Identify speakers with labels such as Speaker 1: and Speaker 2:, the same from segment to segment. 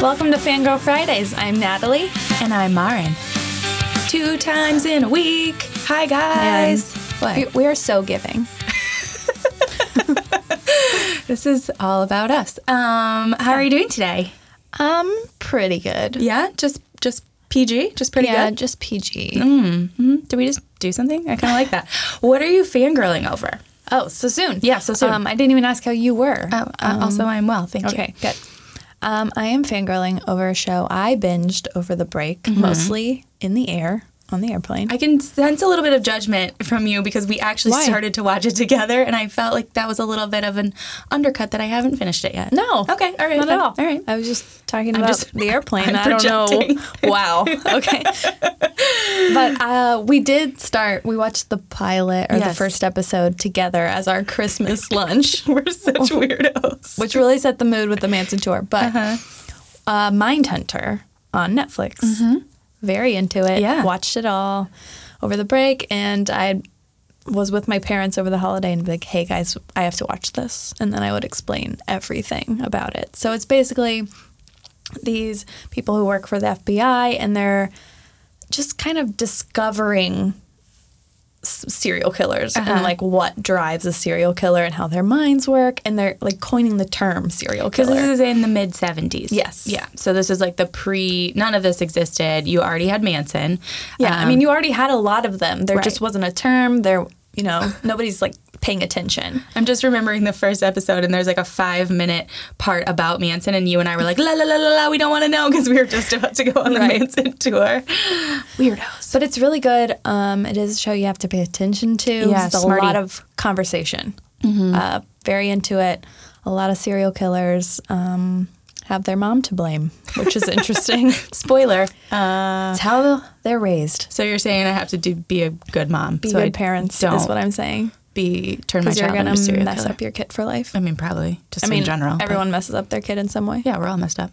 Speaker 1: Welcome to Fangirl Fridays. I'm Natalie.
Speaker 2: And I'm Marin.
Speaker 3: Two times in a week. Hi, guys.
Speaker 2: What?
Speaker 1: We, we are so giving.
Speaker 2: This is all about us. Um,
Speaker 3: How are you doing today?
Speaker 1: Um, pretty good.
Speaker 3: Yeah, just just PG, just pretty
Speaker 1: yeah,
Speaker 3: good.
Speaker 1: just PG.
Speaker 3: Mhm. Did we just do something? I kind of like that. What are you fangirling over?
Speaker 1: Oh, so soon.
Speaker 3: Yeah, so soon.
Speaker 1: Um, I didn't even ask how you were.
Speaker 3: Oh, uh, also, I'm well. Thank
Speaker 1: okay, good. Um, I am fangirling over a show I binged over the break, mostly in the air on the airplane.
Speaker 3: I can sense a little bit of judgment from you because we actually
Speaker 1: Why?
Speaker 3: started to watch it together, and I felt like that was a little bit of an undercut that I haven't finished it yet.
Speaker 1: no.
Speaker 3: Okay. All right.
Speaker 1: Not at
Speaker 3: then.
Speaker 1: all.
Speaker 3: All right.
Speaker 1: I was just talking about
Speaker 3: just-
Speaker 1: the airplane.
Speaker 3: I'm
Speaker 1: I don't
Speaker 3: projecting.
Speaker 1: know. Wow. Okay. but uh, we did start. We watched the pilot or the
Speaker 3: Yes.
Speaker 1: first episode together as our Christmas lunch,
Speaker 3: We're such weirdos.
Speaker 1: which really set the mood with the Manson tour. But uh Mindhunter on Netflix. Very into it.
Speaker 3: Yeah.
Speaker 1: Watched it all over the break, and I was with my parents over the holiday and be like, "Hey guys, I have to watch this," and then I would explain everything about it. So it's basically these people who work for the FBI and they're just kind of discovering s- serial killers
Speaker 3: Uh-huh.
Speaker 1: and like what drives a serial killer and how their minds work and they're like coining the term serial
Speaker 3: Because
Speaker 1: killer.
Speaker 3: this is in the mid 70s.
Speaker 1: Yes.
Speaker 3: Yeah. So this is like the pre, none of this existed. You already had Manson.
Speaker 1: yeah, I
Speaker 3: Um,
Speaker 1: mean you already had a lot of them. There just
Speaker 3: Right.
Speaker 1: wasn't a term. There, you know, nobody's like paying attention.
Speaker 3: I'm just remembering the first episode, and there's like a five minute part about Manson, and you and I were like, la la la la la, we don't want to know because we were just about to go on the
Speaker 1: Right.
Speaker 3: Manson tour. Weirdos.
Speaker 1: But it's really good. Um, it is a show you have to pay attention to.
Speaker 3: Yeah,
Speaker 1: There's a
Speaker 3: smarty.
Speaker 1: lot of conversation. Uh, very into it. A lot of serial killers um, have their mom to blame, which is interesting.
Speaker 3: Spoiler. Uh,
Speaker 1: it's how they're raised.
Speaker 3: so you're saying I have to do, be a good mom.
Speaker 1: Be
Speaker 3: so I
Speaker 1: good parents
Speaker 3: Don't
Speaker 1: is what I'm saying.
Speaker 3: be turn my
Speaker 1: Because you're
Speaker 3: child
Speaker 1: going
Speaker 3: into a
Speaker 1: to
Speaker 3: serial
Speaker 1: mess
Speaker 3: killer.
Speaker 1: up your kid for life.
Speaker 3: I mean, probably just
Speaker 1: I mean,
Speaker 3: in general. but-
Speaker 1: everyone messes up their kid in some way.
Speaker 3: yeah, we're all messed up.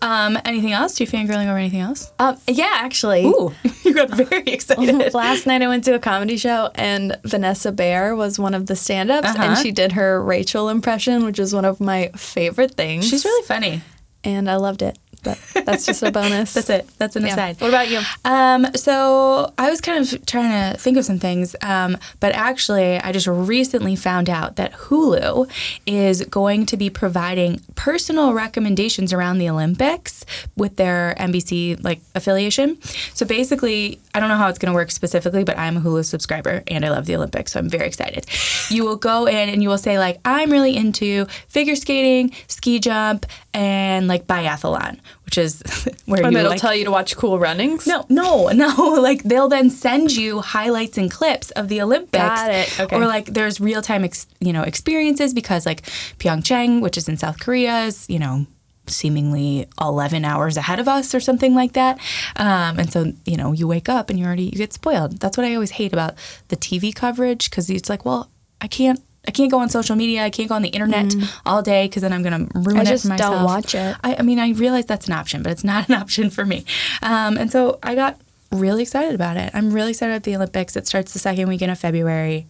Speaker 3: Um, anything else? You fangirling over anything else?
Speaker 1: Um, yeah, actually.
Speaker 3: Ooh, you got very excited.
Speaker 1: Last night I went to a comedy show and Vanessa Bayer was one of the stand-ups and
Speaker 3: Uh-huh.
Speaker 1: she did her Rachel impression, which is one of my favorite things.
Speaker 3: She's really funny.
Speaker 1: and I loved it. But that's just a bonus.
Speaker 3: That's it. That's an
Speaker 1: Yeah.
Speaker 3: aside.
Speaker 1: What about you?
Speaker 3: Um, so I was kind of trying to think of some things, um, but actually, I just recently found out that Hulu is going to be providing personal recommendations around the Olympics with their NBC like affiliation. So basically, I don't know how it's going to work specifically, but I'm a Hulu subscriber and I love the Olympics, so I'm very excited. You will go in and you will say like, I'm really into figure skating, ski jump, and like biathlon, which is where
Speaker 1: Or
Speaker 3: you
Speaker 1: they'll
Speaker 3: like
Speaker 1: tell you to watch Cool Runnings.
Speaker 3: no, no, no. Like they'll then send you highlights and clips of the Olympics.
Speaker 1: Got it. Okay.
Speaker 3: Or like there's real time, ex- you know, experiences because like Pyeongchang, which is in South Korea, is you know seemingly 11 hours ahead of us or something like that. Um, and so you know you wake up and you already you get spoiled. That's what I always hate about the TV coverage because it's like, well, I can't. I can't go on social media. I can't go on the internet
Speaker 1: Mm-hmm.
Speaker 3: all day because then I'm going to ruin
Speaker 1: I
Speaker 3: it
Speaker 1: just
Speaker 3: for
Speaker 1: don't
Speaker 3: myself.
Speaker 1: watch it.
Speaker 3: I, I mean, I realize that's an option, but it's not an option for me. Um, and so I got really excited about it. I'm really excited about the Olympics. It starts the second weekend of February.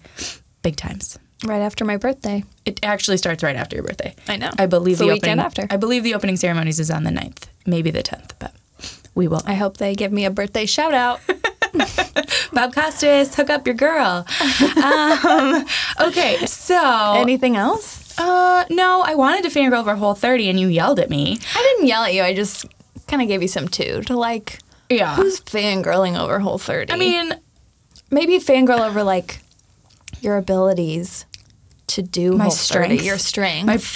Speaker 3: Big times.
Speaker 1: Right after my birthday.
Speaker 3: It actually starts right after your birthday.
Speaker 1: I know.
Speaker 3: I
Speaker 1: It's
Speaker 3: believe
Speaker 1: the weekend
Speaker 3: opening,
Speaker 1: after.
Speaker 3: I believe the opening ceremonies is on the 9th, maybe the 10th, but we will.
Speaker 1: I hope they give me a birthday shout out.
Speaker 3: Bob Costas, hook up your girl. um, okay, so
Speaker 1: Anything else?
Speaker 3: uh, no, I wanted to fangirl over Whole 30, and you yelled at me.
Speaker 1: I didn't yell at you. I just kind of gave you some two to like.
Speaker 3: Yeah.
Speaker 1: Who's fangirling over Whole 30?
Speaker 3: I mean,
Speaker 1: maybe fangirl over like your abilities to do
Speaker 3: my
Speaker 1: Whole30,
Speaker 3: strength,
Speaker 1: your strength.
Speaker 3: my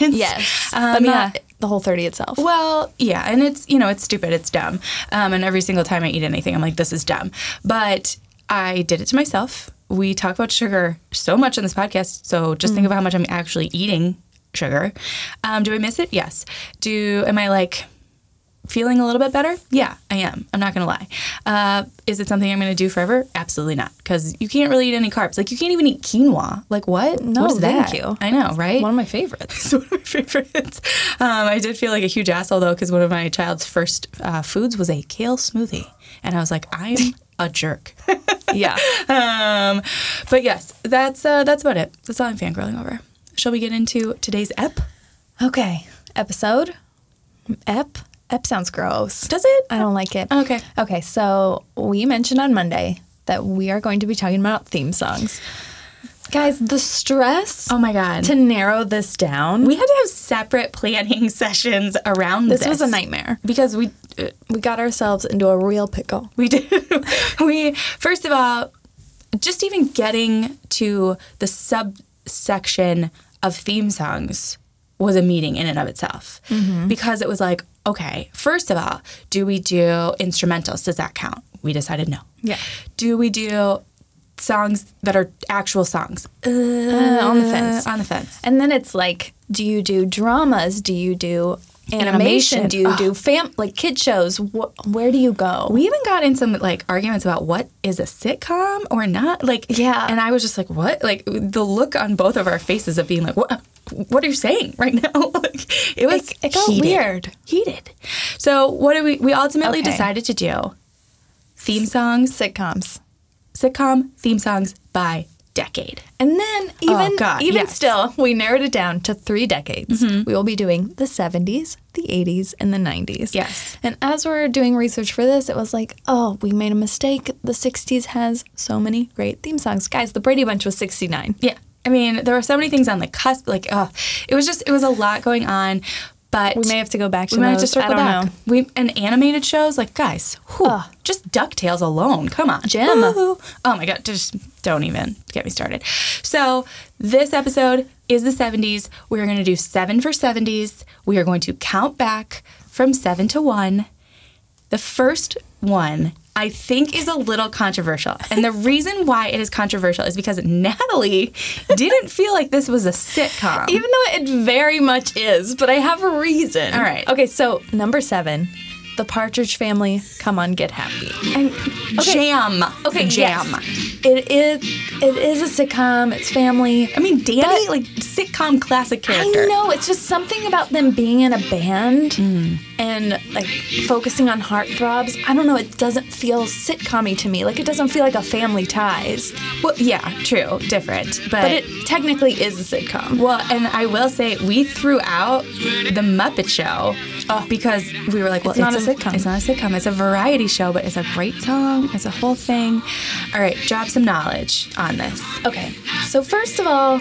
Speaker 1: yes,
Speaker 3: um,
Speaker 1: but
Speaker 3: yeah.
Speaker 1: not the Whole 30 itself.
Speaker 3: Well, yeah, and it's you know it's stupid, it's dumb, um, and every single time I eat anything, I'm like, this is dumb. But I did it to myself. We talk about sugar so much on this podcast, so just think about how much I'm actually eating sugar. Um, do I miss it? Yes. Do am I like feeling a little bit better? Yeah, I am. I'm not gonna lie. Uh, is it something I'm gonna do forever? Absolutely not, because you can't really eat any carbs. Like you can't even eat quinoa. Like what?
Speaker 1: No,
Speaker 3: what is
Speaker 1: thank
Speaker 3: that?
Speaker 1: you.
Speaker 3: I know, right?
Speaker 1: One of my favorites.
Speaker 3: It's one of my favorites. Um, I did feel like a huge asshole though because one of my child's first uh, foods was a kale smoothie, and I was like, I'm a jerk.
Speaker 1: yeah.
Speaker 3: um, but yes, that's uh, that's about it. That's all I'm fangirling over. Shall we get into today's ep?
Speaker 1: Okay. Episode. Ep. Ep sounds gross.
Speaker 3: Does it?
Speaker 1: I don't like it.
Speaker 3: Okay.
Speaker 1: Okay, so we mentioned on Monday that we are going to be talking about theme songs. Guys, the stress
Speaker 3: Oh my god.
Speaker 1: to narrow this down.
Speaker 3: we had to have separate planning sessions around this.
Speaker 1: this was a nightmare.
Speaker 3: because we uh,
Speaker 1: We got ourselves into a real pickle.
Speaker 3: we do we first of all just even getting to the subsection of theme songs was a meeting in and of itself
Speaker 1: Mm-hmm.
Speaker 3: because it was like okay first of all do we do instrumentals does that count we decided no
Speaker 1: Yeah.
Speaker 3: do we do songs that are actual songs uh,
Speaker 1: on the fence.
Speaker 3: on the fence
Speaker 1: And then it's like, do you do dramas? Do you do animation?
Speaker 3: Animation.
Speaker 1: Do you
Speaker 3: Ugh.
Speaker 1: do fam like kid shows? Wh- where do you go?
Speaker 3: we even got in some like arguments about what is a sitcom or not. Like,
Speaker 1: Yeah.
Speaker 3: And I was just like, what? Like the look on both of our faces of being like, what? What are you saying right now? like, it was
Speaker 1: It- it got
Speaker 3: heated.
Speaker 1: weird.
Speaker 3: Heated. So what do we? We ultimately
Speaker 1: Okay.
Speaker 3: decided to do theme songs,
Speaker 1: Sitcoms.
Speaker 3: sitcom theme songs by decade.
Speaker 1: And then even
Speaker 3: Oh, God,
Speaker 1: even
Speaker 3: yes. Mm-hmm.
Speaker 1: still, we narrowed it down to three decades. We will be doing the 70s, the 80s, and the 90s.
Speaker 3: Yes.
Speaker 1: And as we're doing research for this, it was like, oh, we made a mistake. The 60s has so many great theme songs. Guys, the Brady Bunch was 69.
Speaker 3: Yeah. I mean, there were so many things on the cusp. Like, oh, it was just, it was a lot going on. But
Speaker 1: We may have to go back to
Speaker 3: we might have
Speaker 1: those.
Speaker 3: to
Speaker 1: I
Speaker 3: circle
Speaker 1: don't
Speaker 3: back.
Speaker 1: know.
Speaker 3: We and animated shows like guys, whew,
Speaker 1: Ugh.
Speaker 3: just Ducktales alone. Come on,
Speaker 1: Jim.
Speaker 3: Woo. Oh my god, just don't even get me started. So this episode is the '70s. We are going to do seven for '70s. We are going to count back from seven to one. The first one I think is a little controversial. And the reason why it is controversial is because Natalie didn't feel like this was a sitcom.
Speaker 1: Even though it very much is, but I have a reason.
Speaker 3: All right.
Speaker 1: Okay, so number seven, The Partridge Family, Come On, Get Happy.
Speaker 3: Jam.
Speaker 1: Okay,
Speaker 3: jam.
Speaker 1: yes. It is it is a sitcom, it's family.
Speaker 3: I mean, Danny, like sitcom classic character.
Speaker 1: I know it's just something about them being in a band
Speaker 3: Hmm.
Speaker 1: and like focusing on heartthrobs. I don't know. It doesn't feel sitcom-y to me. Like it doesn't feel like a Family Ties,
Speaker 3: Well, yeah, true, different, but,
Speaker 1: but it technically is a sitcom.
Speaker 3: well, and I will say we threw out the Muppet Show because we were like, well,
Speaker 1: Oh. It's not a sitcom.
Speaker 3: It's not a sitcom. It's a variety show, but it's a great song. It's a whole thing. All right, drop some knowledge on this.
Speaker 1: Okay, so first of all,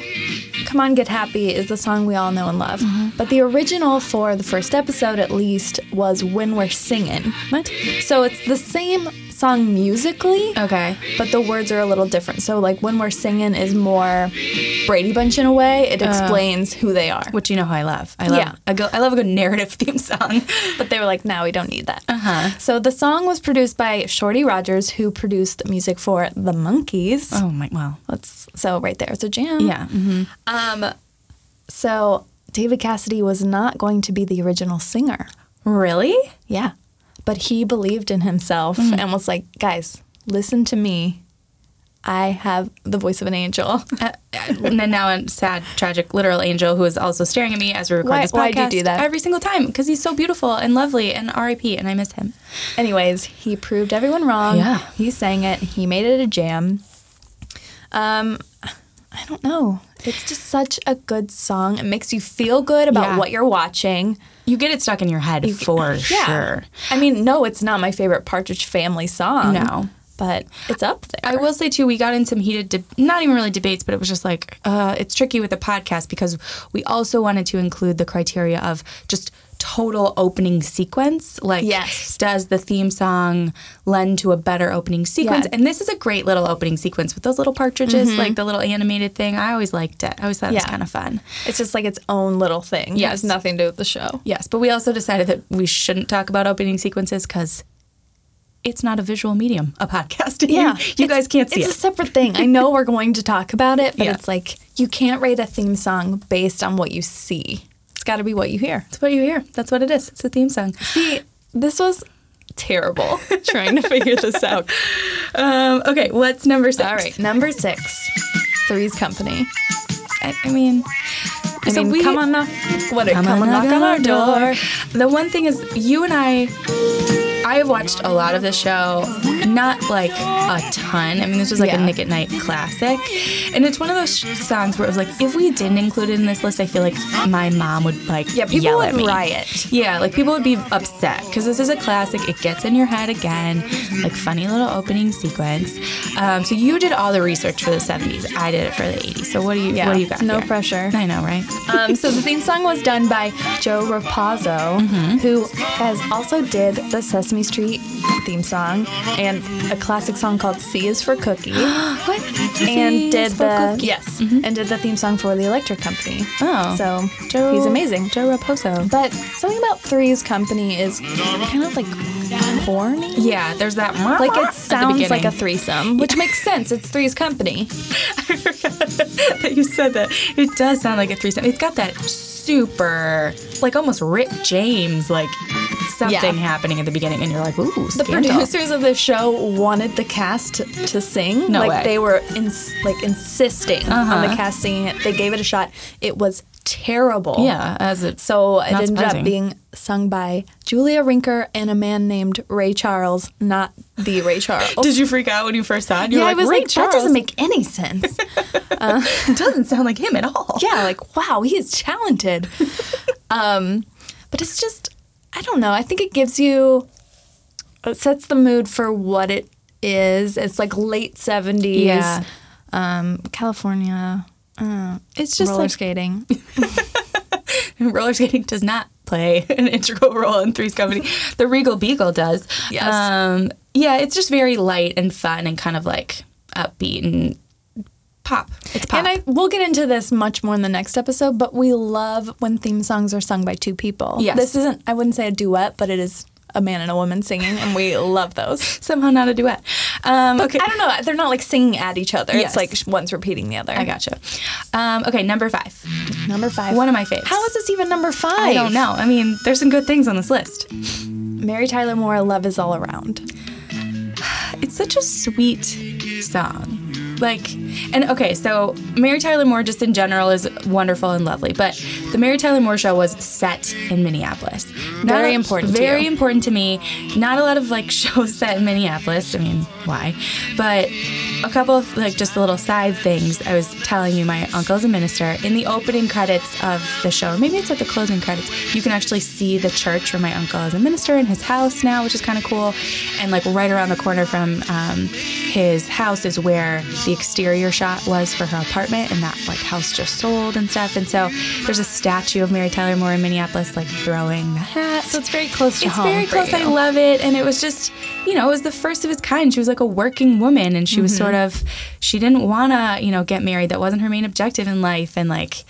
Speaker 1: "Come On, Get Happy" is the song we all know and love. But the original for the first episode, at least, was "When We're Singing."
Speaker 3: What?
Speaker 1: So it's the same song musically.
Speaker 3: Okay.
Speaker 1: but the words are a little different. So like when we're singing is more Brady Bunch in a way. It explains who they are.
Speaker 3: Which you know how I love. I love.
Speaker 1: Yeah.
Speaker 3: I, go, I love a good narrative theme song.
Speaker 1: But they were like, "No, we don't need that." Uh-huh. So the song was produced by Shorty Rogers, who produced the music for The Monkees.
Speaker 3: oh my! Well,
Speaker 1: Let's so right there, it's a jam.
Speaker 3: yeah. mhm.
Speaker 1: Um, so David Cassidy was not going to be the original singer.
Speaker 3: Really?
Speaker 1: Yeah, but he believed in himself
Speaker 3: Mm.
Speaker 1: and was like, "Guys, listen to me. I have the voice of an angel."
Speaker 3: Uh, and then now a sad, tragic, literal angel who is also staring at me as we record
Speaker 1: Why-
Speaker 3: this podcast.
Speaker 1: why'd you do that?
Speaker 3: every single time? Because he's so beautiful and lovely, and R.I.P. And I miss him.
Speaker 1: Anyways, he proved everyone wrong.
Speaker 3: Yeah.
Speaker 1: He sang it. He made it a jam. Um, I don't know. It's just such a good song. It makes you feel good about
Speaker 3: Yeah.
Speaker 1: what you're watching.
Speaker 3: You get it stuck in your head for sure.
Speaker 1: I mean, no, it's not my favorite Partridge Family song.
Speaker 3: No.
Speaker 1: But it's up there.
Speaker 3: I will say too, we got in some heated, de- not even really debates, but it was just like uh, it's tricky with the podcast because we also wanted to include the criteria of just total opening sequence. Like,
Speaker 1: Yes.
Speaker 3: does the theme song lend to a better opening sequence?
Speaker 1: Yeah. Mm-hmm.
Speaker 3: And this is a great little opening sequence with those little partridges, like the little animated thing. I always liked it. I always thought it was
Speaker 1: Yeah.
Speaker 3: kind of fun.
Speaker 1: It's just like its own little thing. It
Speaker 3: Yes.
Speaker 1: has nothing to do with the show.
Speaker 3: Yes, but we also decided that we shouldn't talk about opening sequences because it's not a visual medium, a podcast. you
Speaker 1: It's-
Speaker 3: guys can't see
Speaker 1: It's
Speaker 3: it.
Speaker 1: a separate thing. I know we're going to talk about it, but
Speaker 3: Yeah.
Speaker 1: it's like you can't rate a theme song based on what you see. It's got to be what you hear.
Speaker 3: That's what you hear. That's what it is. It's a theme song.
Speaker 1: See, this was terrible trying to figure this out.
Speaker 3: Um, okay, what's number six?
Speaker 1: All right, number six, Three's Company.
Speaker 3: I, I mean,
Speaker 1: I
Speaker 3: So
Speaker 1: mean,
Speaker 3: we-
Speaker 1: come on, knock, what, come,
Speaker 3: come
Speaker 1: on,
Speaker 3: and
Speaker 1: knock on our door.
Speaker 3: The one thing is, you and I I have watched a lot of the show, not like a ton. I mean, this was like
Speaker 2: Yeah.
Speaker 3: a Nick at Night classic. And it's one of those sh- songs where it was like, if we didn't include it in this list, I feel like my mom would like
Speaker 2: Yeah, people
Speaker 3: yell
Speaker 2: would
Speaker 3: at me.
Speaker 2: riot.
Speaker 3: Yeah, like people would be upset because this is a classic. It gets in your head again, like funny little opening sequence. Um, so you did all the research for the 70s. I did it for the 80s. So what do you
Speaker 2: Yeah,
Speaker 3: what do you got?
Speaker 1: no
Speaker 3: here?
Speaker 1: pressure.
Speaker 3: I know, right?
Speaker 1: Um, so the theme song was done by Joe Rapazo,
Speaker 3: Mm-hmm.
Speaker 1: who has also did the Sesame Street theme song and a classic song called "C is for Cookie,"
Speaker 3: What?
Speaker 1: and did
Speaker 3: Peaceful
Speaker 1: the
Speaker 3: cookie. Mm-hmm.
Speaker 1: yes, and did the theme song for the Electric Company.
Speaker 3: Oh.
Speaker 1: so
Speaker 3: Joe-
Speaker 1: he's amazing.
Speaker 3: Joe Raposo.
Speaker 1: But something about Three's Company is kind of like corny.
Speaker 3: Yeah, there's that.
Speaker 1: Like it
Speaker 3: at the
Speaker 1: sounds like a
Speaker 3: beginning.
Speaker 1: threesome, which makes sense. It's Three's Company.
Speaker 3: that you said that. It does sound like a threesome. It's got that super, like almost Rick James, like something
Speaker 1: Yeah.
Speaker 3: happening at the beginning, and you're like, ooh,
Speaker 1: The
Speaker 3: scandal.
Speaker 1: producers of the show wanted the cast to, to sing.
Speaker 3: No
Speaker 1: like
Speaker 3: way. Uh-huh.
Speaker 1: they were ins- like insisting on the cast singing it. They gave it a shot. It was terrible.
Speaker 3: Yeah, as it
Speaker 1: So it
Speaker 3: Not
Speaker 1: ended
Speaker 3: surprising.
Speaker 1: up being sung by Julia Rinker and a man named Ray Charles, not the Ray Charles.
Speaker 3: Did you freak out when you first saw it? You
Speaker 1: yeah,
Speaker 3: were
Speaker 1: I was
Speaker 3: Ray
Speaker 1: like,
Speaker 3: Charles.
Speaker 1: that doesn't make any sense.
Speaker 3: It doesn't sound like him at all.
Speaker 1: yeah, like wow, he is talented. um, but it's just, I don't know. I think it gives you, it sets the mood for what it is. It's like late seventies,
Speaker 3: Yeah.
Speaker 1: um, California. Uh, it's just roller
Speaker 3: like-
Speaker 1: skating.
Speaker 3: roller skating does not play an integral role in Three's Company. The Regal Beagle does.
Speaker 1: Yes.
Speaker 3: Um, yeah, it's just very light and fun and kind of like upbeat and pop. It's pop.
Speaker 1: And I we'll get into this much more in the next episode, but we love when theme songs are sung by two people.
Speaker 3: Yes.
Speaker 1: This isn't I wouldn't say a duet, but it is a man and a woman singing and we love those.
Speaker 3: somehow not a duet. Um, okay.
Speaker 1: I don't know, they're not like singing at each other.
Speaker 3: Yes.
Speaker 1: It's like sh- one's repeating the other.
Speaker 3: I gotcha. Um, okay, number five.
Speaker 1: Number 5.
Speaker 3: One of my faves.
Speaker 1: How is this even number 5?
Speaker 3: I don't know. I mean, there's some good things on this list.
Speaker 1: Mary Tyler Moore Love is all around.
Speaker 3: It's such a sweet song. Like, and okay, so Mary Tyler Moore, just in general, is wonderful and lovely. But the Mary Tyler Moore show was set in Minneapolis. Not
Speaker 1: Very
Speaker 3: a-
Speaker 1: important to
Speaker 3: very
Speaker 1: you.
Speaker 3: important to me. Not a lot of like shows set in Minneapolis. I mean, why? But a couple of like just little side things. I was telling you, my uncle's a minister. In the opening credits of the show, or maybe it's at the closing credits, you can actually see the church where my uncle is a minister in his house now, which is kind of cool. And like right around the corner from um, his house is where the exterior shot was for her apartment, and that like house just sold and stuff. And so there's a statue of Mary Tyler Moore in Minneapolis, like throwing the hat.
Speaker 1: So it's very close to
Speaker 3: It's
Speaker 1: home.
Speaker 3: very
Speaker 1: for
Speaker 3: close. I
Speaker 1: you.
Speaker 3: love it. And it was just, you know, it was the first of its kind. She was like a working woman and she was
Speaker 1: Mm-hmm.
Speaker 3: sort of, she didn't want to, you know, get married. That wasn't her main objective in life. And like,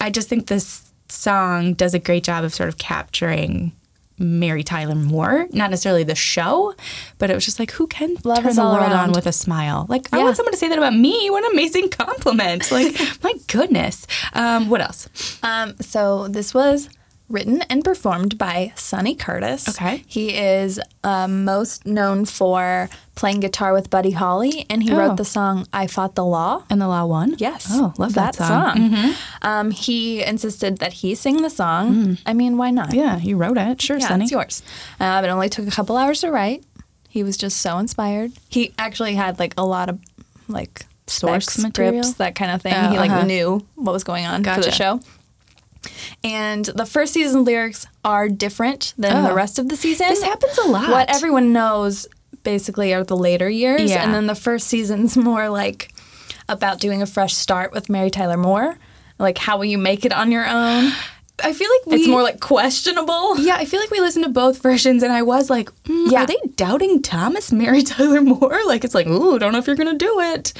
Speaker 3: I just think this song does a great job of sort of capturing Mary Tyler Moore, not necessarily the show, but it was just like, who can
Speaker 1: Love
Speaker 3: turn
Speaker 1: is
Speaker 3: the
Speaker 1: all
Speaker 3: world on
Speaker 1: around.
Speaker 3: with a smile? Like, I
Speaker 1: Yeah.
Speaker 3: want someone to say that about me. What an amazing compliment. Like, my goodness. Um, what else?
Speaker 1: Um, so this was written and performed by Sonny Curtis.
Speaker 3: Okay.
Speaker 1: He is um, most known for playing guitar with Buddy Holly, and he
Speaker 3: Oh.
Speaker 1: wrote the song "I Fought the Law."
Speaker 3: And the law one?
Speaker 1: Yes.
Speaker 3: Oh, love that, song. Mm-hmm.
Speaker 1: Um, he insisted that he sing the song.
Speaker 3: Mm.
Speaker 1: I mean, why not?
Speaker 3: Yeah, you wrote it. Sure,
Speaker 1: Yeah,
Speaker 3: Sonny.
Speaker 1: it's yours. Um, it only took a couple hours to write. He was just so inspired. He actually had like a lot of like
Speaker 3: Source
Speaker 1: specs,
Speaker 3: material?
Speaker 1: scripts, that kind of thing.
Speaker 3: Oh,
Speaker 1: he like
Speaker 3: uh-huh.
Speaker 1: knew what was going on for
Speaker 3: Gotcha.
Speaker 1: the show. And the first season lyrics are different than
Speaker 3: Oh.
Speaker 1: the rest of the season.
Speaker 3: This happens a lot.
Speaker 1: What everyone knows basically are the later years,
Speaker 3: Yeah.
Speaker 1: and then the first season's more like about doing a fresh start with Mary Tyler Moore. Like, how will you make it on your own?
Speaker 3: I feel like we.
Speaker 1: it's more like questionable.
Speaker 3: Yeah, I feel like we listened to both versions, and I was like, mm,
Speaker 1: Yeah.
Speaker 3: "Are they doubting Thomas Mary Tyler Moore?" Like, it's like, "Ooh, don't know if you're gonna do it."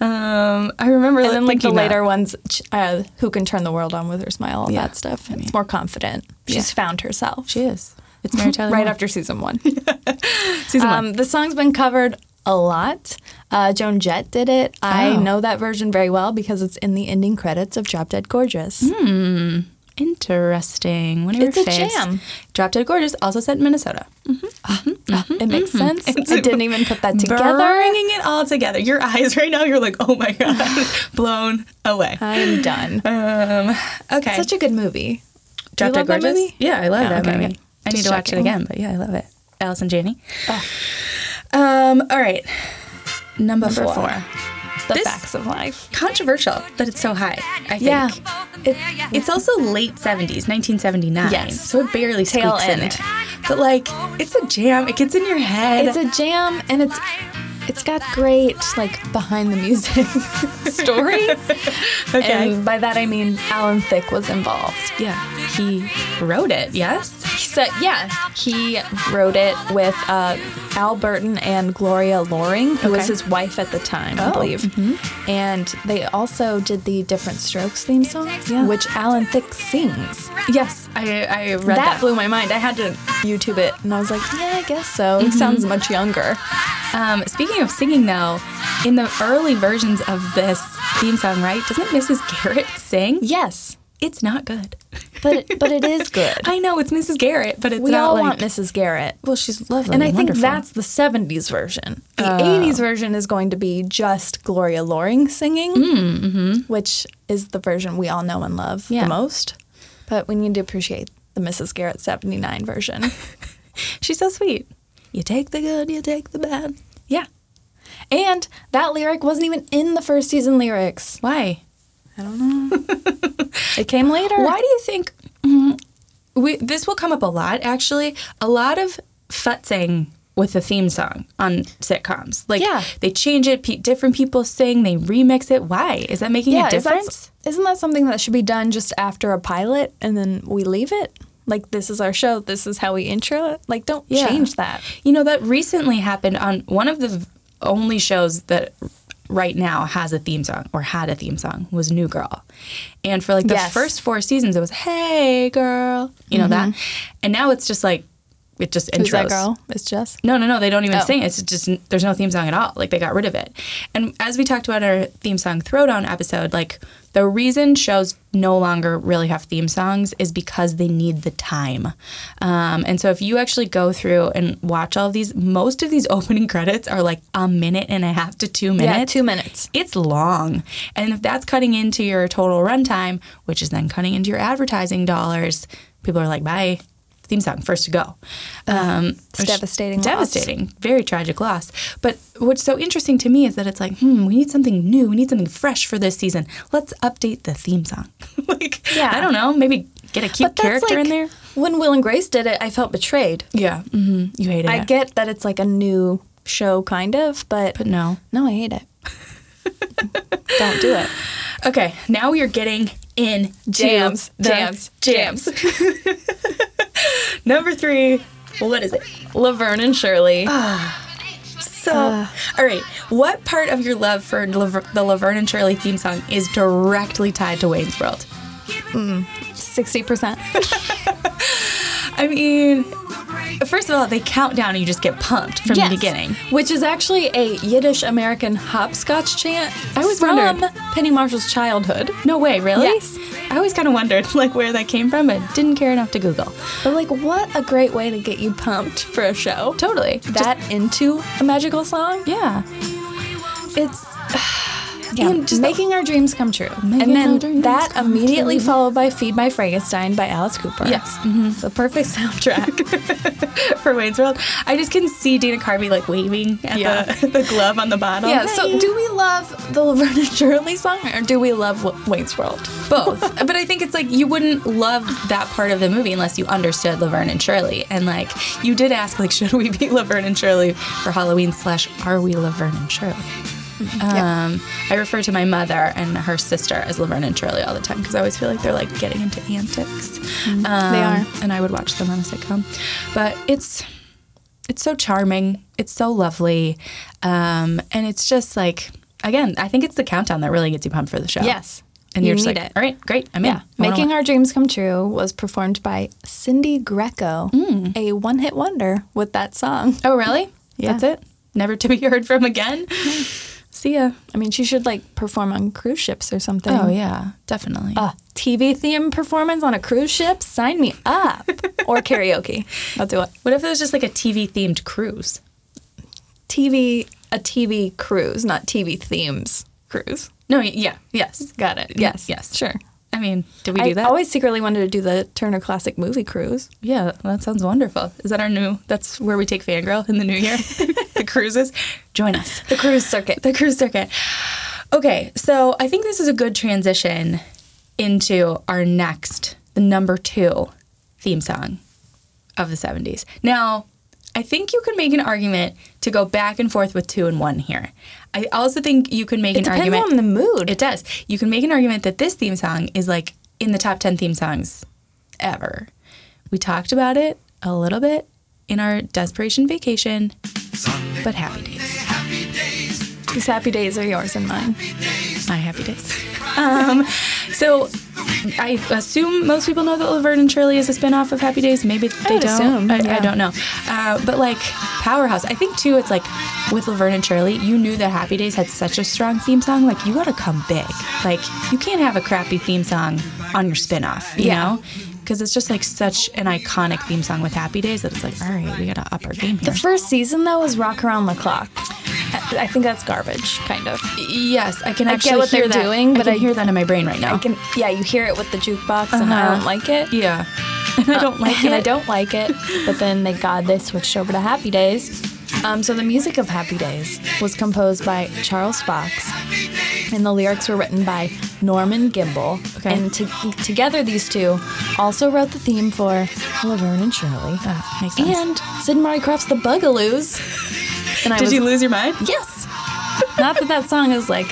Speaker 3: Um, I remember,
Speaker 1: and then like the
Speaker 3: thinking that.
Speaker 1: later ones ch- uh, who can turn the world on with her smile all that stuff it's more confident she's found herself
Speaker 3: she is. It's Mary Tyler
Speaker 1: right
Speaker 3: Moore.
Speaker 1: after season one
Speaker 3: season one.
Speaker 1: um, the song's been covered a lot uh, joan jett did it i
Speaker 3: Oh.
Speaker 1: know that version very well because it's in the ending credits of drop dead gorgeous
Speaker 3: Mm-hmm. Interesting. One of
Speaker 1: It's
Speaker 3: your
Speaker 1: a
Speaker 3: faves.
Speaker 1: jam.
Speaker 3: Drop Dead Gorgeous also set in Minnesota.
Speaker 1: it makes
Speaker 3: Mm-hmm.
Speaker 1: sense i didn't even put that together
Speaker 3: Bringing it all together. Your eyes right now, you're like, "Oh my god," blown away.
Speaker 1: i'm done
Speaker 3: Um, okay.
Speaker 1: such Uh, a good movie
Speaker 3: Drop
Speaker 1: Do you love
Speaker 3: Dead
Speaker 1: that
Speaker 3: Gorgeous.
Speaker 1: movie?
Speaker 3: Yeah, I love
Speaker 1: Yeah,
Speaker 3: that
Speaker 1: okay,
Speaker 3: movie.
Speaker 1: good.
Speaker 3: I need
Speaker 1: Just
Speaker 3: to watch it
Speaker 1: checking.
Speaker 3: again, but yeah, I love it. Alice and Janney.
Speaker 1: Oh.
Speaker 3: Um, all right. Number, four.
Speaker 1: The
Speaker 3: This-
Speaker 1: facts of life.
Speaker 3: Controversial that it's so high, I think.
Speaker 2: Yeah.
Speaker 3: It, it's also late 70s, 1979.
Speaker 1: Yes.
Speaker 3: So it barely
Speaker 1: Tail
Speaker 3: squeaks in
Speaker 1: end.
Speaker 3: there. But like, it's a jam. It gets in your head.
Speaker 1: It's a jam, and it's it's got great like behind the music story.
Speaker 3: Okay.
Speaker 1: And by that I mean Alan Thicke was involved.
Speaker 3: yeah. He wrote it, yes?
Speaker 1: So yeah, he wrote it with uh, Al Burton and Gloria Loring, who was
Speaker 3: Okay.
Speaker 1: his wife at the time, I
Speaker 3: Oh,
Speaker 1: believe. And they also did the Different Strokes theme song,
Speaker 4: Yeah.
Speaker 1: which Alan Thicke sings.
Speaker 3: Yes. I, I read
Speaker 1: that,
Speaker 3: that.
Speaker 1: blew my mind. I had to YouTube it, and I was like, yeah, I guess so. He sounds much younger.
Speaker 3: Um, speaking of singing, though, in the early versions of this theme song, right? Doesn't Mrs. Garrett sing?
Speaker 1: Yes,
Speaker 3: It's not good.
Speaker 1: but it, but it is good.
Speaker 3: I know it's Mrs. Garrett, but it's
Speaker 1: we
Speaker 3: not
Speaker 1: all
Speaker 3: like.
Speaker 1: want Mrs. Garrett.
Speaker 3: well, she's lovely.
Speaker 1: And I think
Speaker 3: wonderful. Oh.
Speaker 1: that's the 70s version. The 80s version is going to be just Gloria Loring singing, which is the version we all know and love
Speaker 3: Mm, mm-hmm. Yeah.
Speaker 1: the most. But we need to appreciate the Mrs. Garrett 79 version.
Speaker 3: She's so sweet. You take the good, you take the bad. Yeah.
Speaker 1: and that lyric wasn't even in the first season lyrics.
Speaker 3: Why?
Speaker 1: It came later.
Speaker 3: Why do you think mm, we, this will come up a lot? Actually, a lot of futzing with the theme song on sitcoms. Like
Speaker 1: Yeah.
Speaker 3: they change it. Pe- different people sing. They remix it. Why is that making a
Speaker 1: is that-
Speaker 3: difference?
Speaker 1: isn't that something that should be done just after a pilot and then we leave it? Like, this is our show. This is how we intro it. Like, don't
Speaker 3: Yeah.
Speaker 1: change that.
Speaker 3: You know that recently happened on one of the v- only shows that right now has a theme song or had a theme song was New Girl. And for like the
Speaker 1: Yes.
Speaker 3: first four seasons it was Hey girl, you know that. And now it's just like it just intros.
Speaker 1: Mm-hmm. Who's that girl? It's Jess.
Speaker 3: No, no, no. They don't even
Speaker 1: Oh.
Speaker 3: sing. it. It's just there's no theme song at all. Like they got rid of it. And as we talked about our theme song throwdown episode, like the reason shows no longer really have theme songs is because they need the time. Um, and so if you actually go through and watch all of these, most of these opening credits are like a minute and a half to two minutes.
Speaker 1: two minutes.
Speaker 3: It's long. And if that's cutting into your total runtime, which is then cutting into your advertising dollars, people are like, bye. Theme song first to go. Um,
Speaker 1: It's devastating loss.
Speaker 3: Devastating. Very tragic loss. But what's so interesting to me is that it's like, hmm, we need something new. We need something fresh for this season. Let's update the theme song. like,
Speaker 1: Yeah.
Speaker 3: I don't know. Maybe get a cute
Speaker 1: But that's
Speaker 3: character
Speaker 1: like,
Speaker 3: in there.
Speaker 1: When Will and Grace did it, I felt betrayed.
Speaker 3: Yeah. hmm You hate it.
Speaker 1: I get that it's like a new show, kind of, but,
Speaker 3: But no.
Speaker 1: no, I hate it. Don't do it.
Speaker 3: Okay, now we are getting in
Speaker 1: Jams, jams,
Speaker 3: jams. Number three, what is it?
Speaker 1: Laverne and Shirley.
Speaker 3: So,
Speaker 1: Uh.
Speaker 3: all right, what part of your love for Laver- the Laverne and Shirley theme song is directly tied to Wayne's World?
Speaker 1: 60%.
Speaker 3: I mean, first of all, they count down and you just get pumped from
Speaker 1: Yes.
Speaker 3: the beginning.
Speaker 1: Which is actually a Yiddish American hopscotch chant
Speaker 3: I always
Speaker 1: from
Speaker 3: wondered.
Speaker 1: Penny Marshall's childhood.
Speaker 3: No way, really?
Speaker 1: Yes.
Speaker 3: I always kind of wondered like where that came from, but didn't care enough to Google.
Speaker 1: But, like, what a great way to get you pumped for a show.
Speaker 3: Totally.
Speaker 1: That into a magical song.
Speaker 3: yeah. It's
Speaker 1: Yeah,
Speaker 3: And just the-
Speaker 1: making our dreams come true. and
Speaker 3: Making our
Speaker 1: then
Speaker 3: dreams
Speaker 1: that
Speaker 3: come
Speaker 1: immediately followed by Feed My Frankenstein by Alice Cooper.
Speaker 3: Yes.
Speaker 1: The perfect soundtrack.
Speaker 3: for Wayne's World. I just can see Dana Carvey like waving at
Speaker 1: Yeah.
Speaker 3: the, the glove on the bottom.
Speaker 1: yeah, so do we love the Laverne and Shirley song or do we love Wa- Wayne's World?
Speaker 3: both. but I think it's like you wouldn't love that part of the movie unless you understood Laverne and Shirley. And like you did ask, like, should we be Laverne and Shirley for Halloween slash are we Laverne and Shirley?
Speaker 1: Mm-hmm.
Speaker 3: Um, I refer to my mother and her sister as Laverne and Shirley all the time because I always feel like they're like getting into antics. Um,
Speaker 1: Mm-hmm. They are.
Speaker 3: and I would watch them on a sitcom. But it's it's so charming. It's so lovely, um, and it's just like again, I think it's the countdown that really gets you pumped for the show.
Speaker 1: Yes.
Speaker 3: and
Speaker 1: You
Speaker 3: you're just
Speaker 1: need
Speaker 3: like,
Speaker 1: it.
Speaker 3: all right, great, I'm in. I wanna
Speaker 1: Making
Speaker 3: wa-
Speaker 1: Our Dreams Come True was performed by Cindy Greco, a one hit wonder with that song.
Speaker 3: Oh, really?
Speaker 1: Yeah.
Speaker 3: That's it. Never to be heard from again. See ya.
Speaker 1: I mean, she should like perform on cruise ships or something.
Speaker 3: Oh yeah, definitely.
Speaker 1: A TV theme performance on a cruise ship? Sign me up. or karaoke. I'll do it.
Speaker 3: what if it was just like a TV themed cruise?
Speaker 1: TV a TV cruise, not TV themes cruise.
Speaker 3: No, y- yeah, yes.
Speaker 1: Got it. Yes.
Speaker 3: Mm, yes.
Speaker 1: Sure.
Speaker 3: I I mean, did we
Speaker 1: I
Speaker 3: do that?
Speaker 1: always secretly wanted to do the Turner Classic Movie Cruise.
Speaker 3: yeah, that sounds wonderful. Is that our new? That's where we take Fangirl in the new year. the cruises. Join us.
Speaker 1: The cruise circuit.
Speaker 3: The cruise circuit. Okay, so I think this is a good transition into our next, the number two theme song of the 70s. Now, I think you can make an argument to go back and forth with two and one here. I also think you can make
Speaker 1: It
Speaker 3: an
Speaker 1: depends
Speaker 3: argument.
Speaker 1: on the mood.
Speaker 3: It does. You can make an argument that this theme song is like in the top 10 theme songs ever. We talked about it a little bit in our Desperation Vacation, but Happy Days.
Speaker 1: These happy days are yours and mine.
Speaker 3: My happy days. Um, so I assume most people know that Laverne and Shirley is a spinoff of Happy Days. Maybe they
Speaker 1: would
Speaker 3: don't.
Speaker 1: assume,
Speaker 3: I, I
Speaker 1: yeah.
Speaker 3: don't know. Uh, but like Powerhouse, I think too. It's like with Laverne and Shirley, you knew that Happy Days had such a strong theme song. Like you got to come big. Like you can't have a crappy theme song on your spinoff. You
Speaker 1: Yeah.
Speaker 3: know. Because it's just like such an iconic theme song with Happy Days that it's like, all right, we gotta up our game here.
Speaker 1: The first season though was Rock Around the Clock. I I think that's garbage, kind of.
Speaker 3: yes, I can
Speaker 1: I get
Speaker 3: actually
Speaker 1: what they're
Speaker 3: hear that.
Speaker 1: doing, but
Speaker 3: I can
Speaker 1: I-
Speaker 3: hear that in my brain right now.
Speaker 1: I can, yeah, you hear it with the jukebox, and I
Speaker 3: Uh-huh.
Speaker 1: don't like it.
Speaker 3: yeah, and I don't like
Speaker 1: and
Speaker 3: it.
Speaker 1: I don't like it. But then, thank God, they switched over to Happy Days. Um, so the music of Happy Days was composed by Charles Fox, and the lyrics were written by Norman Gimbel.
Speaker 3: Okay.
Speaker 1: And to- together, these two also wrote the theme for Laverne and Shirley
Speaker 3: Ah, makes sense.
Speaker 1: and Sid and Marty Croft's The Bugaloos. And I was,
Speaker 3: lose your mind?
Speaker 1: Yes. Not that that song is like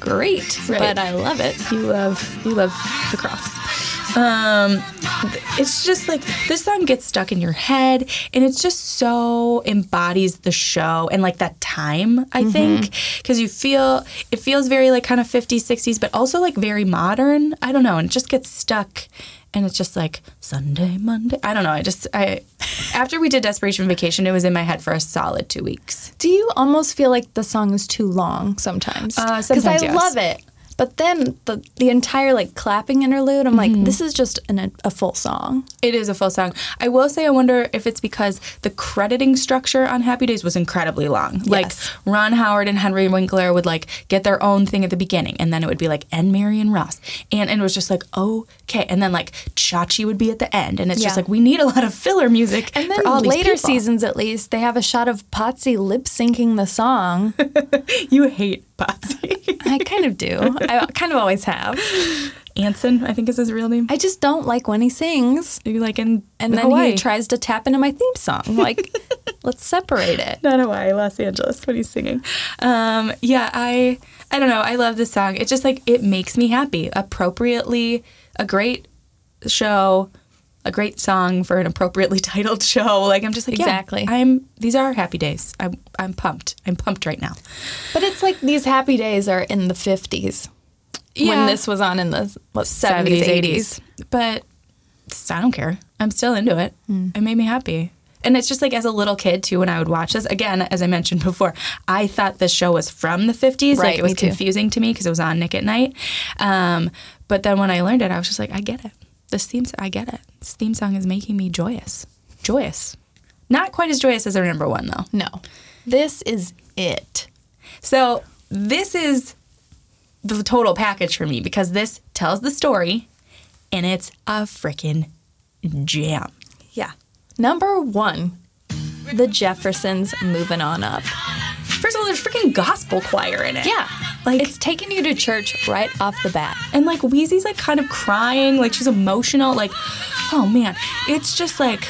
Speaker 1: great,
Speaker 3: Right.
Speaker 1: but I love it.
Speaker 3: You love you love the Crofts. Um, th- it's just like this song gets stuck in your head, and it's just so embodies the show and like that time. I think because you feel it feels very like kind of 50s, 60s, but also like very modern. I don't know, and it just gets stuck. And it's just like Sunday, Monday. I don't know. I just I after we did Desperation Vacation, it was in my head for a solid two weeks.
Speaker 1: Do you almost feel like the song is too long sometimes?
Speaker 3: Uh,
Speaker 1: I
Speaker 3: sometimes, yes.
Speaker 1: love it. But then the the entire like clapping interlude, I'm like, this is just an, a full song.
Speaker 3: It is a full song. I will say, I wonder if it's because the crediting structure on Happy Days was incredibly long. Like
Speaker 1: Yes.
Speaker 3: Ron Howard and Henry Winkler would like get their own thing at the beginning, and then it would be like and Marion Ross, and and it was just like okay, and then like Chachi would be at the end, and it's just
Speaker 1: Yeah.
Speaker 3: like we need a lot of filler music
Speaker 1: And then
Speaker 3: for all these
Speaker 1: later
Speaker 3: people.
Speaker 1: seasons, at least, they have a shot of Potsy lip syncing the song.
Speaker 3: You hate Patsy
Speaker 1: I kind of do. I kind of always have.
Speaker 3: Anson, I think is his real name.
Speaker 1: I just don't like when he sings,
Speaker 3: Maybe like in
Speaker 1: and then
Speaker 3: Hawaii.
Speaker 1: he tries to tap into my theme song. Like, let's separate it.
Speaker 3: not Hawaii, Los Angeles when he's singing. Um, yeah, I I don't know. I love this song. It just like it makes me happy. Appropriately, a great show, a great song for an appropriately titled show. Like I'm just like yeah,
Speaker 1: Exactly.
Speaker 3: I'm these are happy days. I'm I'm pumped. I'm pumped right now.
Speaker 1: But it's like these happy days are in the 50s
Speaker 3: Yeah.
Speaker 1: when this was on in the what, 70s, 80s.
Speaker 3: But s- I don't care. I'm still into it.
Speaker 1: Hmm.
Speaker 3: It made me happy. And it's just like as a little kid too, when I would watch this again, as I mentioned before, I thought this show was from the 50s.
Speaker 1: Right,
Speaker 3: like it was
Speaker 1: me too.
Speaker 3: confusing to me because it was on Nick at Night. Um, but then when I learned it, I was just like, I get it. This theme, s- I get it. This theme song is making me joyous, joyous. Not quite as joyous as our number one though.
Speaker 1: No. This is it.
Speaker 3: So this is the total package for me because this tells the story and it's a freaking jam.
Speaker 1: Yeah. Number one, the Jeffersons moving on up.
Speaker 3: First of all, there's freaking gospel choir in it.
Speaker 1: Yeah.
Speaker 3: Like-
Speaker 1: Like it's taking you to church right off the bat.
Speaker 3: And like Wheezy's like kind of crying, like she's emotional, like, oh man, it's just like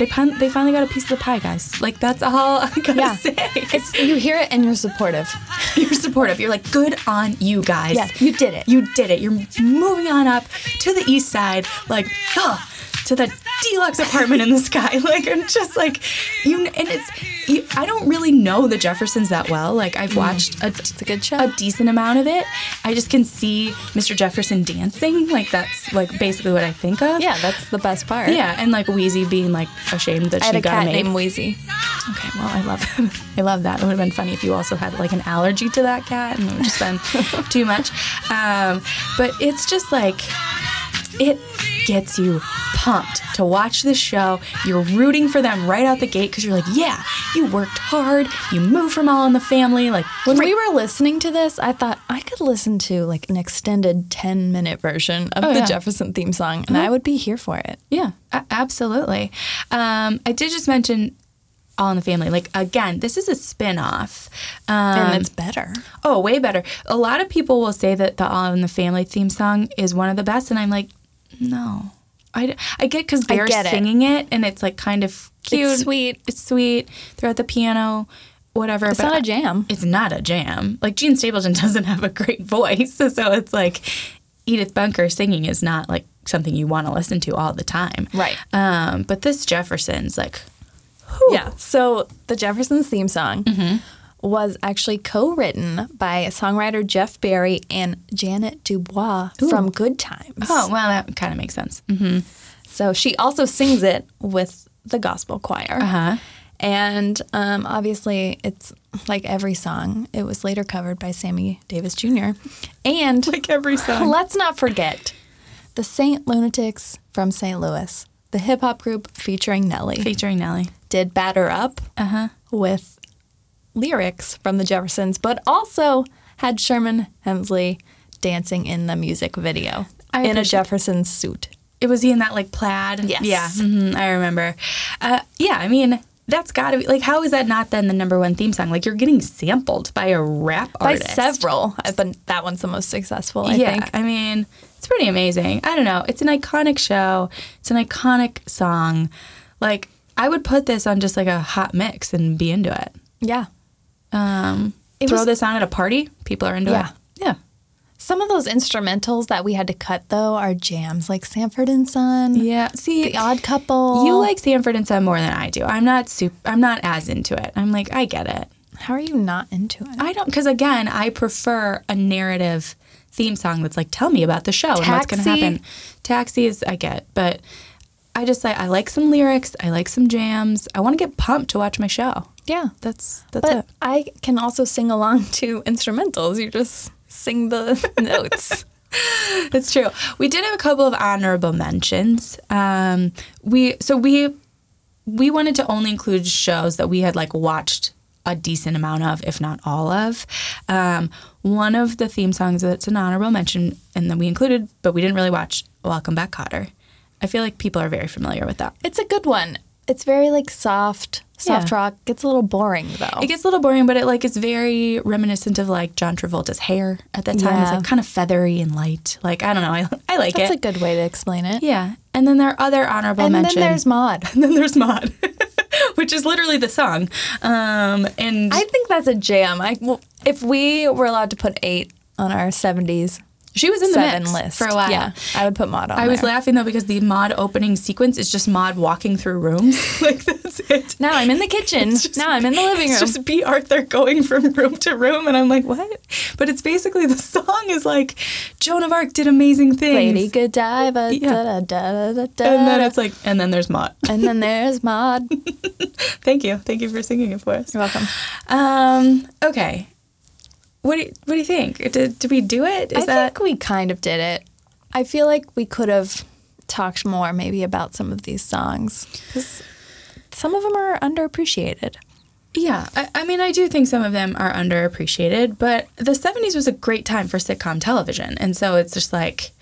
Speaker 3: they pin- they finally got a piece of the pie, guys. Like that's all I gotta
Speaker 1: Yeah.
Speaker 3: say.
Speaker 1: It's you hear it and you're supportive.
Speaker 3: You're supportive. You're like, good on you guys.
Speaker 1: Yes, you did it.
Speaker 3: You did it. You're moving on up to the east side, like, oh, to the deluxe apartment in the sky. Like, I'm just like, you. And it's, you, I don't really know the Jeffersons that well. Like, I've watched a,
Speaker 1: Mm. a good show.
Speaker 3: a decent amount of it. I just can see Mr. Jefferson dancing. Like, that's like basically what I think of.
Speaker 1: Yeah, that's the best part.
Speaker 3: Yeah, and like Wheezy being like ashamed that
Speaker 1: I
Speaker 3: she
Speaker 1: had a
Speaker 3: got
Speaker 1: cat
Speaker 3: maid.
Speaker 1: named Wheezy.
Speaker 3: Okay, well, I love I love that. It would have been funny if you also had like an allergy to that cat and it would just been too much. Um, but it's just like it gets you pumped to watch the show. You're rooting for them right out the gate because you're like, yeah, you worked hard. You moved from All in the Family. Like,
Speaker 1: When we were listening to this, I thought I could listen to like an extended 10 minute version of the
Speaker 3: yeah.
Speaker 1: Jefferson theme song and I would be here for it.
Speaker 3: Yeah, a- absolutely. Um, I did just mention All in the Family. Like, again, this is a spin off. Um,
Speaker 1: And it's better.
Speaker 3: oh, way better. A lot of people will say that the All in the Family theme song is one of the best, and I'm like, no. I, d- I get because they're
Speaker 1: get it.
Speaker 3: singing it. and it's like kind of cute.
Speaker 1: sweet.
Speaker 3: It's sweet. They're at the piano, whatever.
Speaker 1: It's not a jam.
Speaker 3: It's not a jam. Like Gene Stapleton doesn't have a great voice, so it's like Edith Bunker singing is not like something you want to listen to all the time.
Speaker 1: Right.
Speaker 3: Um, but this Jefferson's like
Speaker 1: Yeah. So the Jeffersons theme song
Speaker 3: Mm-hmm.
Speaker 1: was actually co-written by songwriter Jeff Barry and Janet Dubois from Good Times.
Speaker 3: Oh, well, that kind of makes sense. Mhm.
Speaker 1: So she also sings it with the gospel choir.
Speaker 3: Uh-huh.
Speaker 1: And um, obviously, it's like every song. It was later covered by Sammy Davis Jr. And
Speaker 3: Like every song.
Speaker 1: let's not forget the Saint Lunatics from St. Louis, the hip hop group featuring Nelly
Speaker 3: Featuring Nelly.
Speaker 1: did Batter Up with lyrics from the Jeffersons, but also had Sherman Hemsley dancing in the music video
Speaker 3: I
Speaker 1: in a
Speaker 3: appreciate-
Speaker 1: Jefferson suit.
Speaker 3: It was he in that like plaid.
Speaker 1: Yes.
Speaker 3: Yeah. hmm I remember. Uh, yeah. I mean, that's got to be like, how is that not then the number one theme song? Like, you're getting sampled by a rap
Speaker 1: By
Speaker 3: artist.
Speaker 1: several, uh, but that one's the most successful, I
Speaker 3: yeah,
Speaker 1: think.
Speaker 3: I mean, it's pretty amazing. I don't know. It's an iconic show. It's an iconic song. Like I would put this on just like a hot mix and be into it.
Speaker 1: Yeah.
Speaker 3: Um,
Speaker 1: It
Speaker 3: throw
Speaker 1: was-
Speaker 3: this on at a party. People are into
Speaker 1: Yeah.
Speaker 3: it. Yeah.
Speaker 1: Some of those instrumentals that we had to cut, though, are jams like Sanford and Son,
Speaker 3: Yeah. See,
Speaker 1: The Odd Couple.
Speaker 3: you like Sanford and Son more than I do. I'm not super. I'm not as into it. I'm like, I get it.
Speaker 1: How are you not into it?
Speaker 3: I don't because again, I prefer a narrative theme song that's like, tell me about the show and what's going to
Speaker 1: Taxi.
Speaker 3: happen. Taxi is I get, but I just like I like some lyrics, I like some jams. I want to get pumped to watch my show.
Speaker 1: Yeah.
Speaker 3: That's that's
Speaker 1: But
Speaker 3: it.
Speaker 1: I can also sing along to instrumentals. You just sing the notes.
Speaker 3: That's true. We did have a couple of honorable mentions. Um, we so we we wanted to only include shows that we had like watched a decent amount of, if not all of. Um, one of the theme songs that's an honorable mention, and then we included, but we didn't really watch. Welcome back, Cotter. I feel like people are very familiar with that.
Speaker 1: It's a good one. It's very like soft, soft
Speaker 3: Yeah.
Speaker 1: rock. Gets a little boring though.
Speaker 3: It gets a little boring, but it like it's very reminiscent of like John Travolta's hair at that time. It's
Speaker 1: Yeah.
Speaker 3: like kind of feathery and light. Like I don't know, I, I like
Speaker 1: That's
Speaker 3: it.
Speaker 1: a good way to explain it.
Speaker 3: yeah, and then there are other honorable
Speaker 1: And
Speaker 3: mentions.
Speaker 1: then there's Maud.
Speaker 3: and then there's Mod, which is literally the song. Um, and
Speaker 1: I think that's a jam. I well, if we were allowed to put eight on our seventies
Speaker 3: she was in the
Speaker 1: seven
Speaker 3: mix
Speaker 1: list
Speaker 3: for a while.
Speaker 1: yeah, I would put Maud on.
Speaker 3: I was
Speaker 1: there.
Speaker 3: laughing though because the Mod opening sequence is just Mod walking through rooms. like that's it.
Speaker 1: now I'm in the kitchen.
Speaker 3: just-
Speaker 1: now I'm in the living room.
Speaker 3: It's just B. Arthur going from room to room, and I'm like, what? But it's basically the song is like, Joan of Arc did amazing things.
Speaker 1: Lady Godiva.
Speaker 3: Yeah.
Speaker 1: Da, da, da, da, da,
Speaker 3: And then it's like, and then there's Mod.
Speaker 1: and then there's Maud. You're
Speaker 3: Thank you, thank you for singing it for us.
Speaker 1: welcome.
Speaker 3: Um, okay, what do you, what do you think? Did, did we do it? Is
Speaker 1: I
Speaker 3: that
Speaker 1: think we kind of did it. I feel like we could have talked more maybe about some of these songs 'cause some of them are underappreciated.
Speaker 3: Yeah, I, I mean, I do think some of them are underappreciated, but the 70s was a great time for sitcom television. And so it's just like,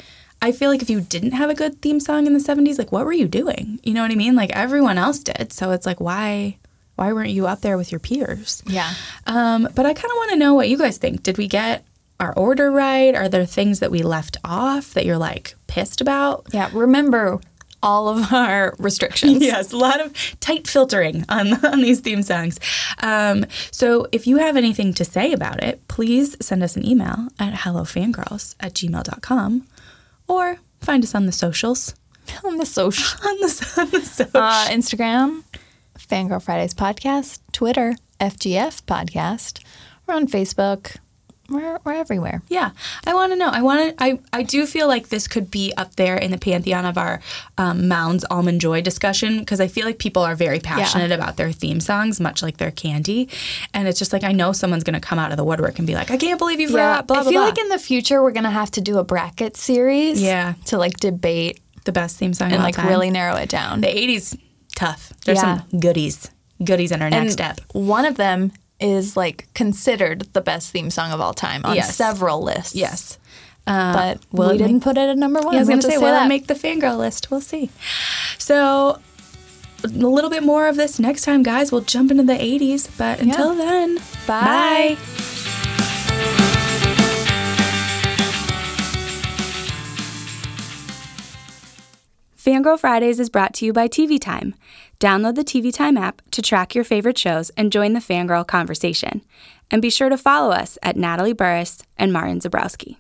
Speaker 3: I feel like if you didn't have a good theme song in the 70s, like, what were you doing? You know what I mean? Like, everyone else did. So it's like, why? Why weren't you up there with your peers?
Speaker 1: Yeah.
Speaker 3: Um, but I kind of want to know what you guys think. Did we get our order right? Are there things that we left off that you're like pissed about?
Speaker 1: Yeah, remember all of our restrictions.
Speaker 3: Yes, a lot of tight filtering on, on these theme songs. Um, so if you have anything to say about it, please send us an email at hellofangirls at gmail.com or find us on the socials.
Speaker 1: On the social.
Speaker 3: On the, on the socials.
Speaker 1: Uh, Instagram, Fangirl Fridays Podcast, Twitter, FGF Podcast. We're on Facebook. We're, we're everywhere.
Speaker 3: yeah, I want to know. I want to. I, I do feel like this could be up there in the pantheon of our um, Mounds Almond Joy discussion because I feel like people are very passionate about their theme songs, much like their candy. And it's just like I know someone's going to come out of the woodwork and be like, "I can't believe you've yeah, blah blah."
Speaker 1: I feel
Speaker 3: blah.
Speaker 1: like in the future we're gonna have to do a bracket series.
Speaker 3: Yeah.
Speaker 1: To like debate
Speaker 3: the best theme song
Speaker 1: and
Speaker 3: of all
Speaker 1: like
Speaker 3: time.
Speaker 1: really narrow it down.
Speaker 3: the '80s tough. There's
Speaker 1: Yeah.
Speaker 3: some goodies, goodies in our next
Speaker 1: and
Speaker 3: step.
Speaker 1: One of them is like considered the best theme song of all time on
Speaker 3: Yes.
Speaker 1: several lists.
Speaker 3: Yes. Uh,
Speaker 1: But
Speaker 3: will
Speaker 1: we
Speaker 3: it
Speaker 1: didn't
Speaker 3: make-
Speaker 1: put it at number one.
Speaker 3: I was
Speaker 1: We'll
Speaker 3: going to
Speaker 1: just
Speaker 3: say, will
Speaker 1: that.
Speaker 3: it make the fangirl list? We'll see. So, a little bit more of this next time, guys. We'll jump into the 80s. But until then,
Speaker 1: Bye.
Speaker 3: bye.
Speaker 4: Fangirl Fridays is brought to you by TV Time. Download the TV Time app to track your favorite shows and join the fangirl conversation. And be sure to follow us at Natalie Burris and Marin Zabrowski.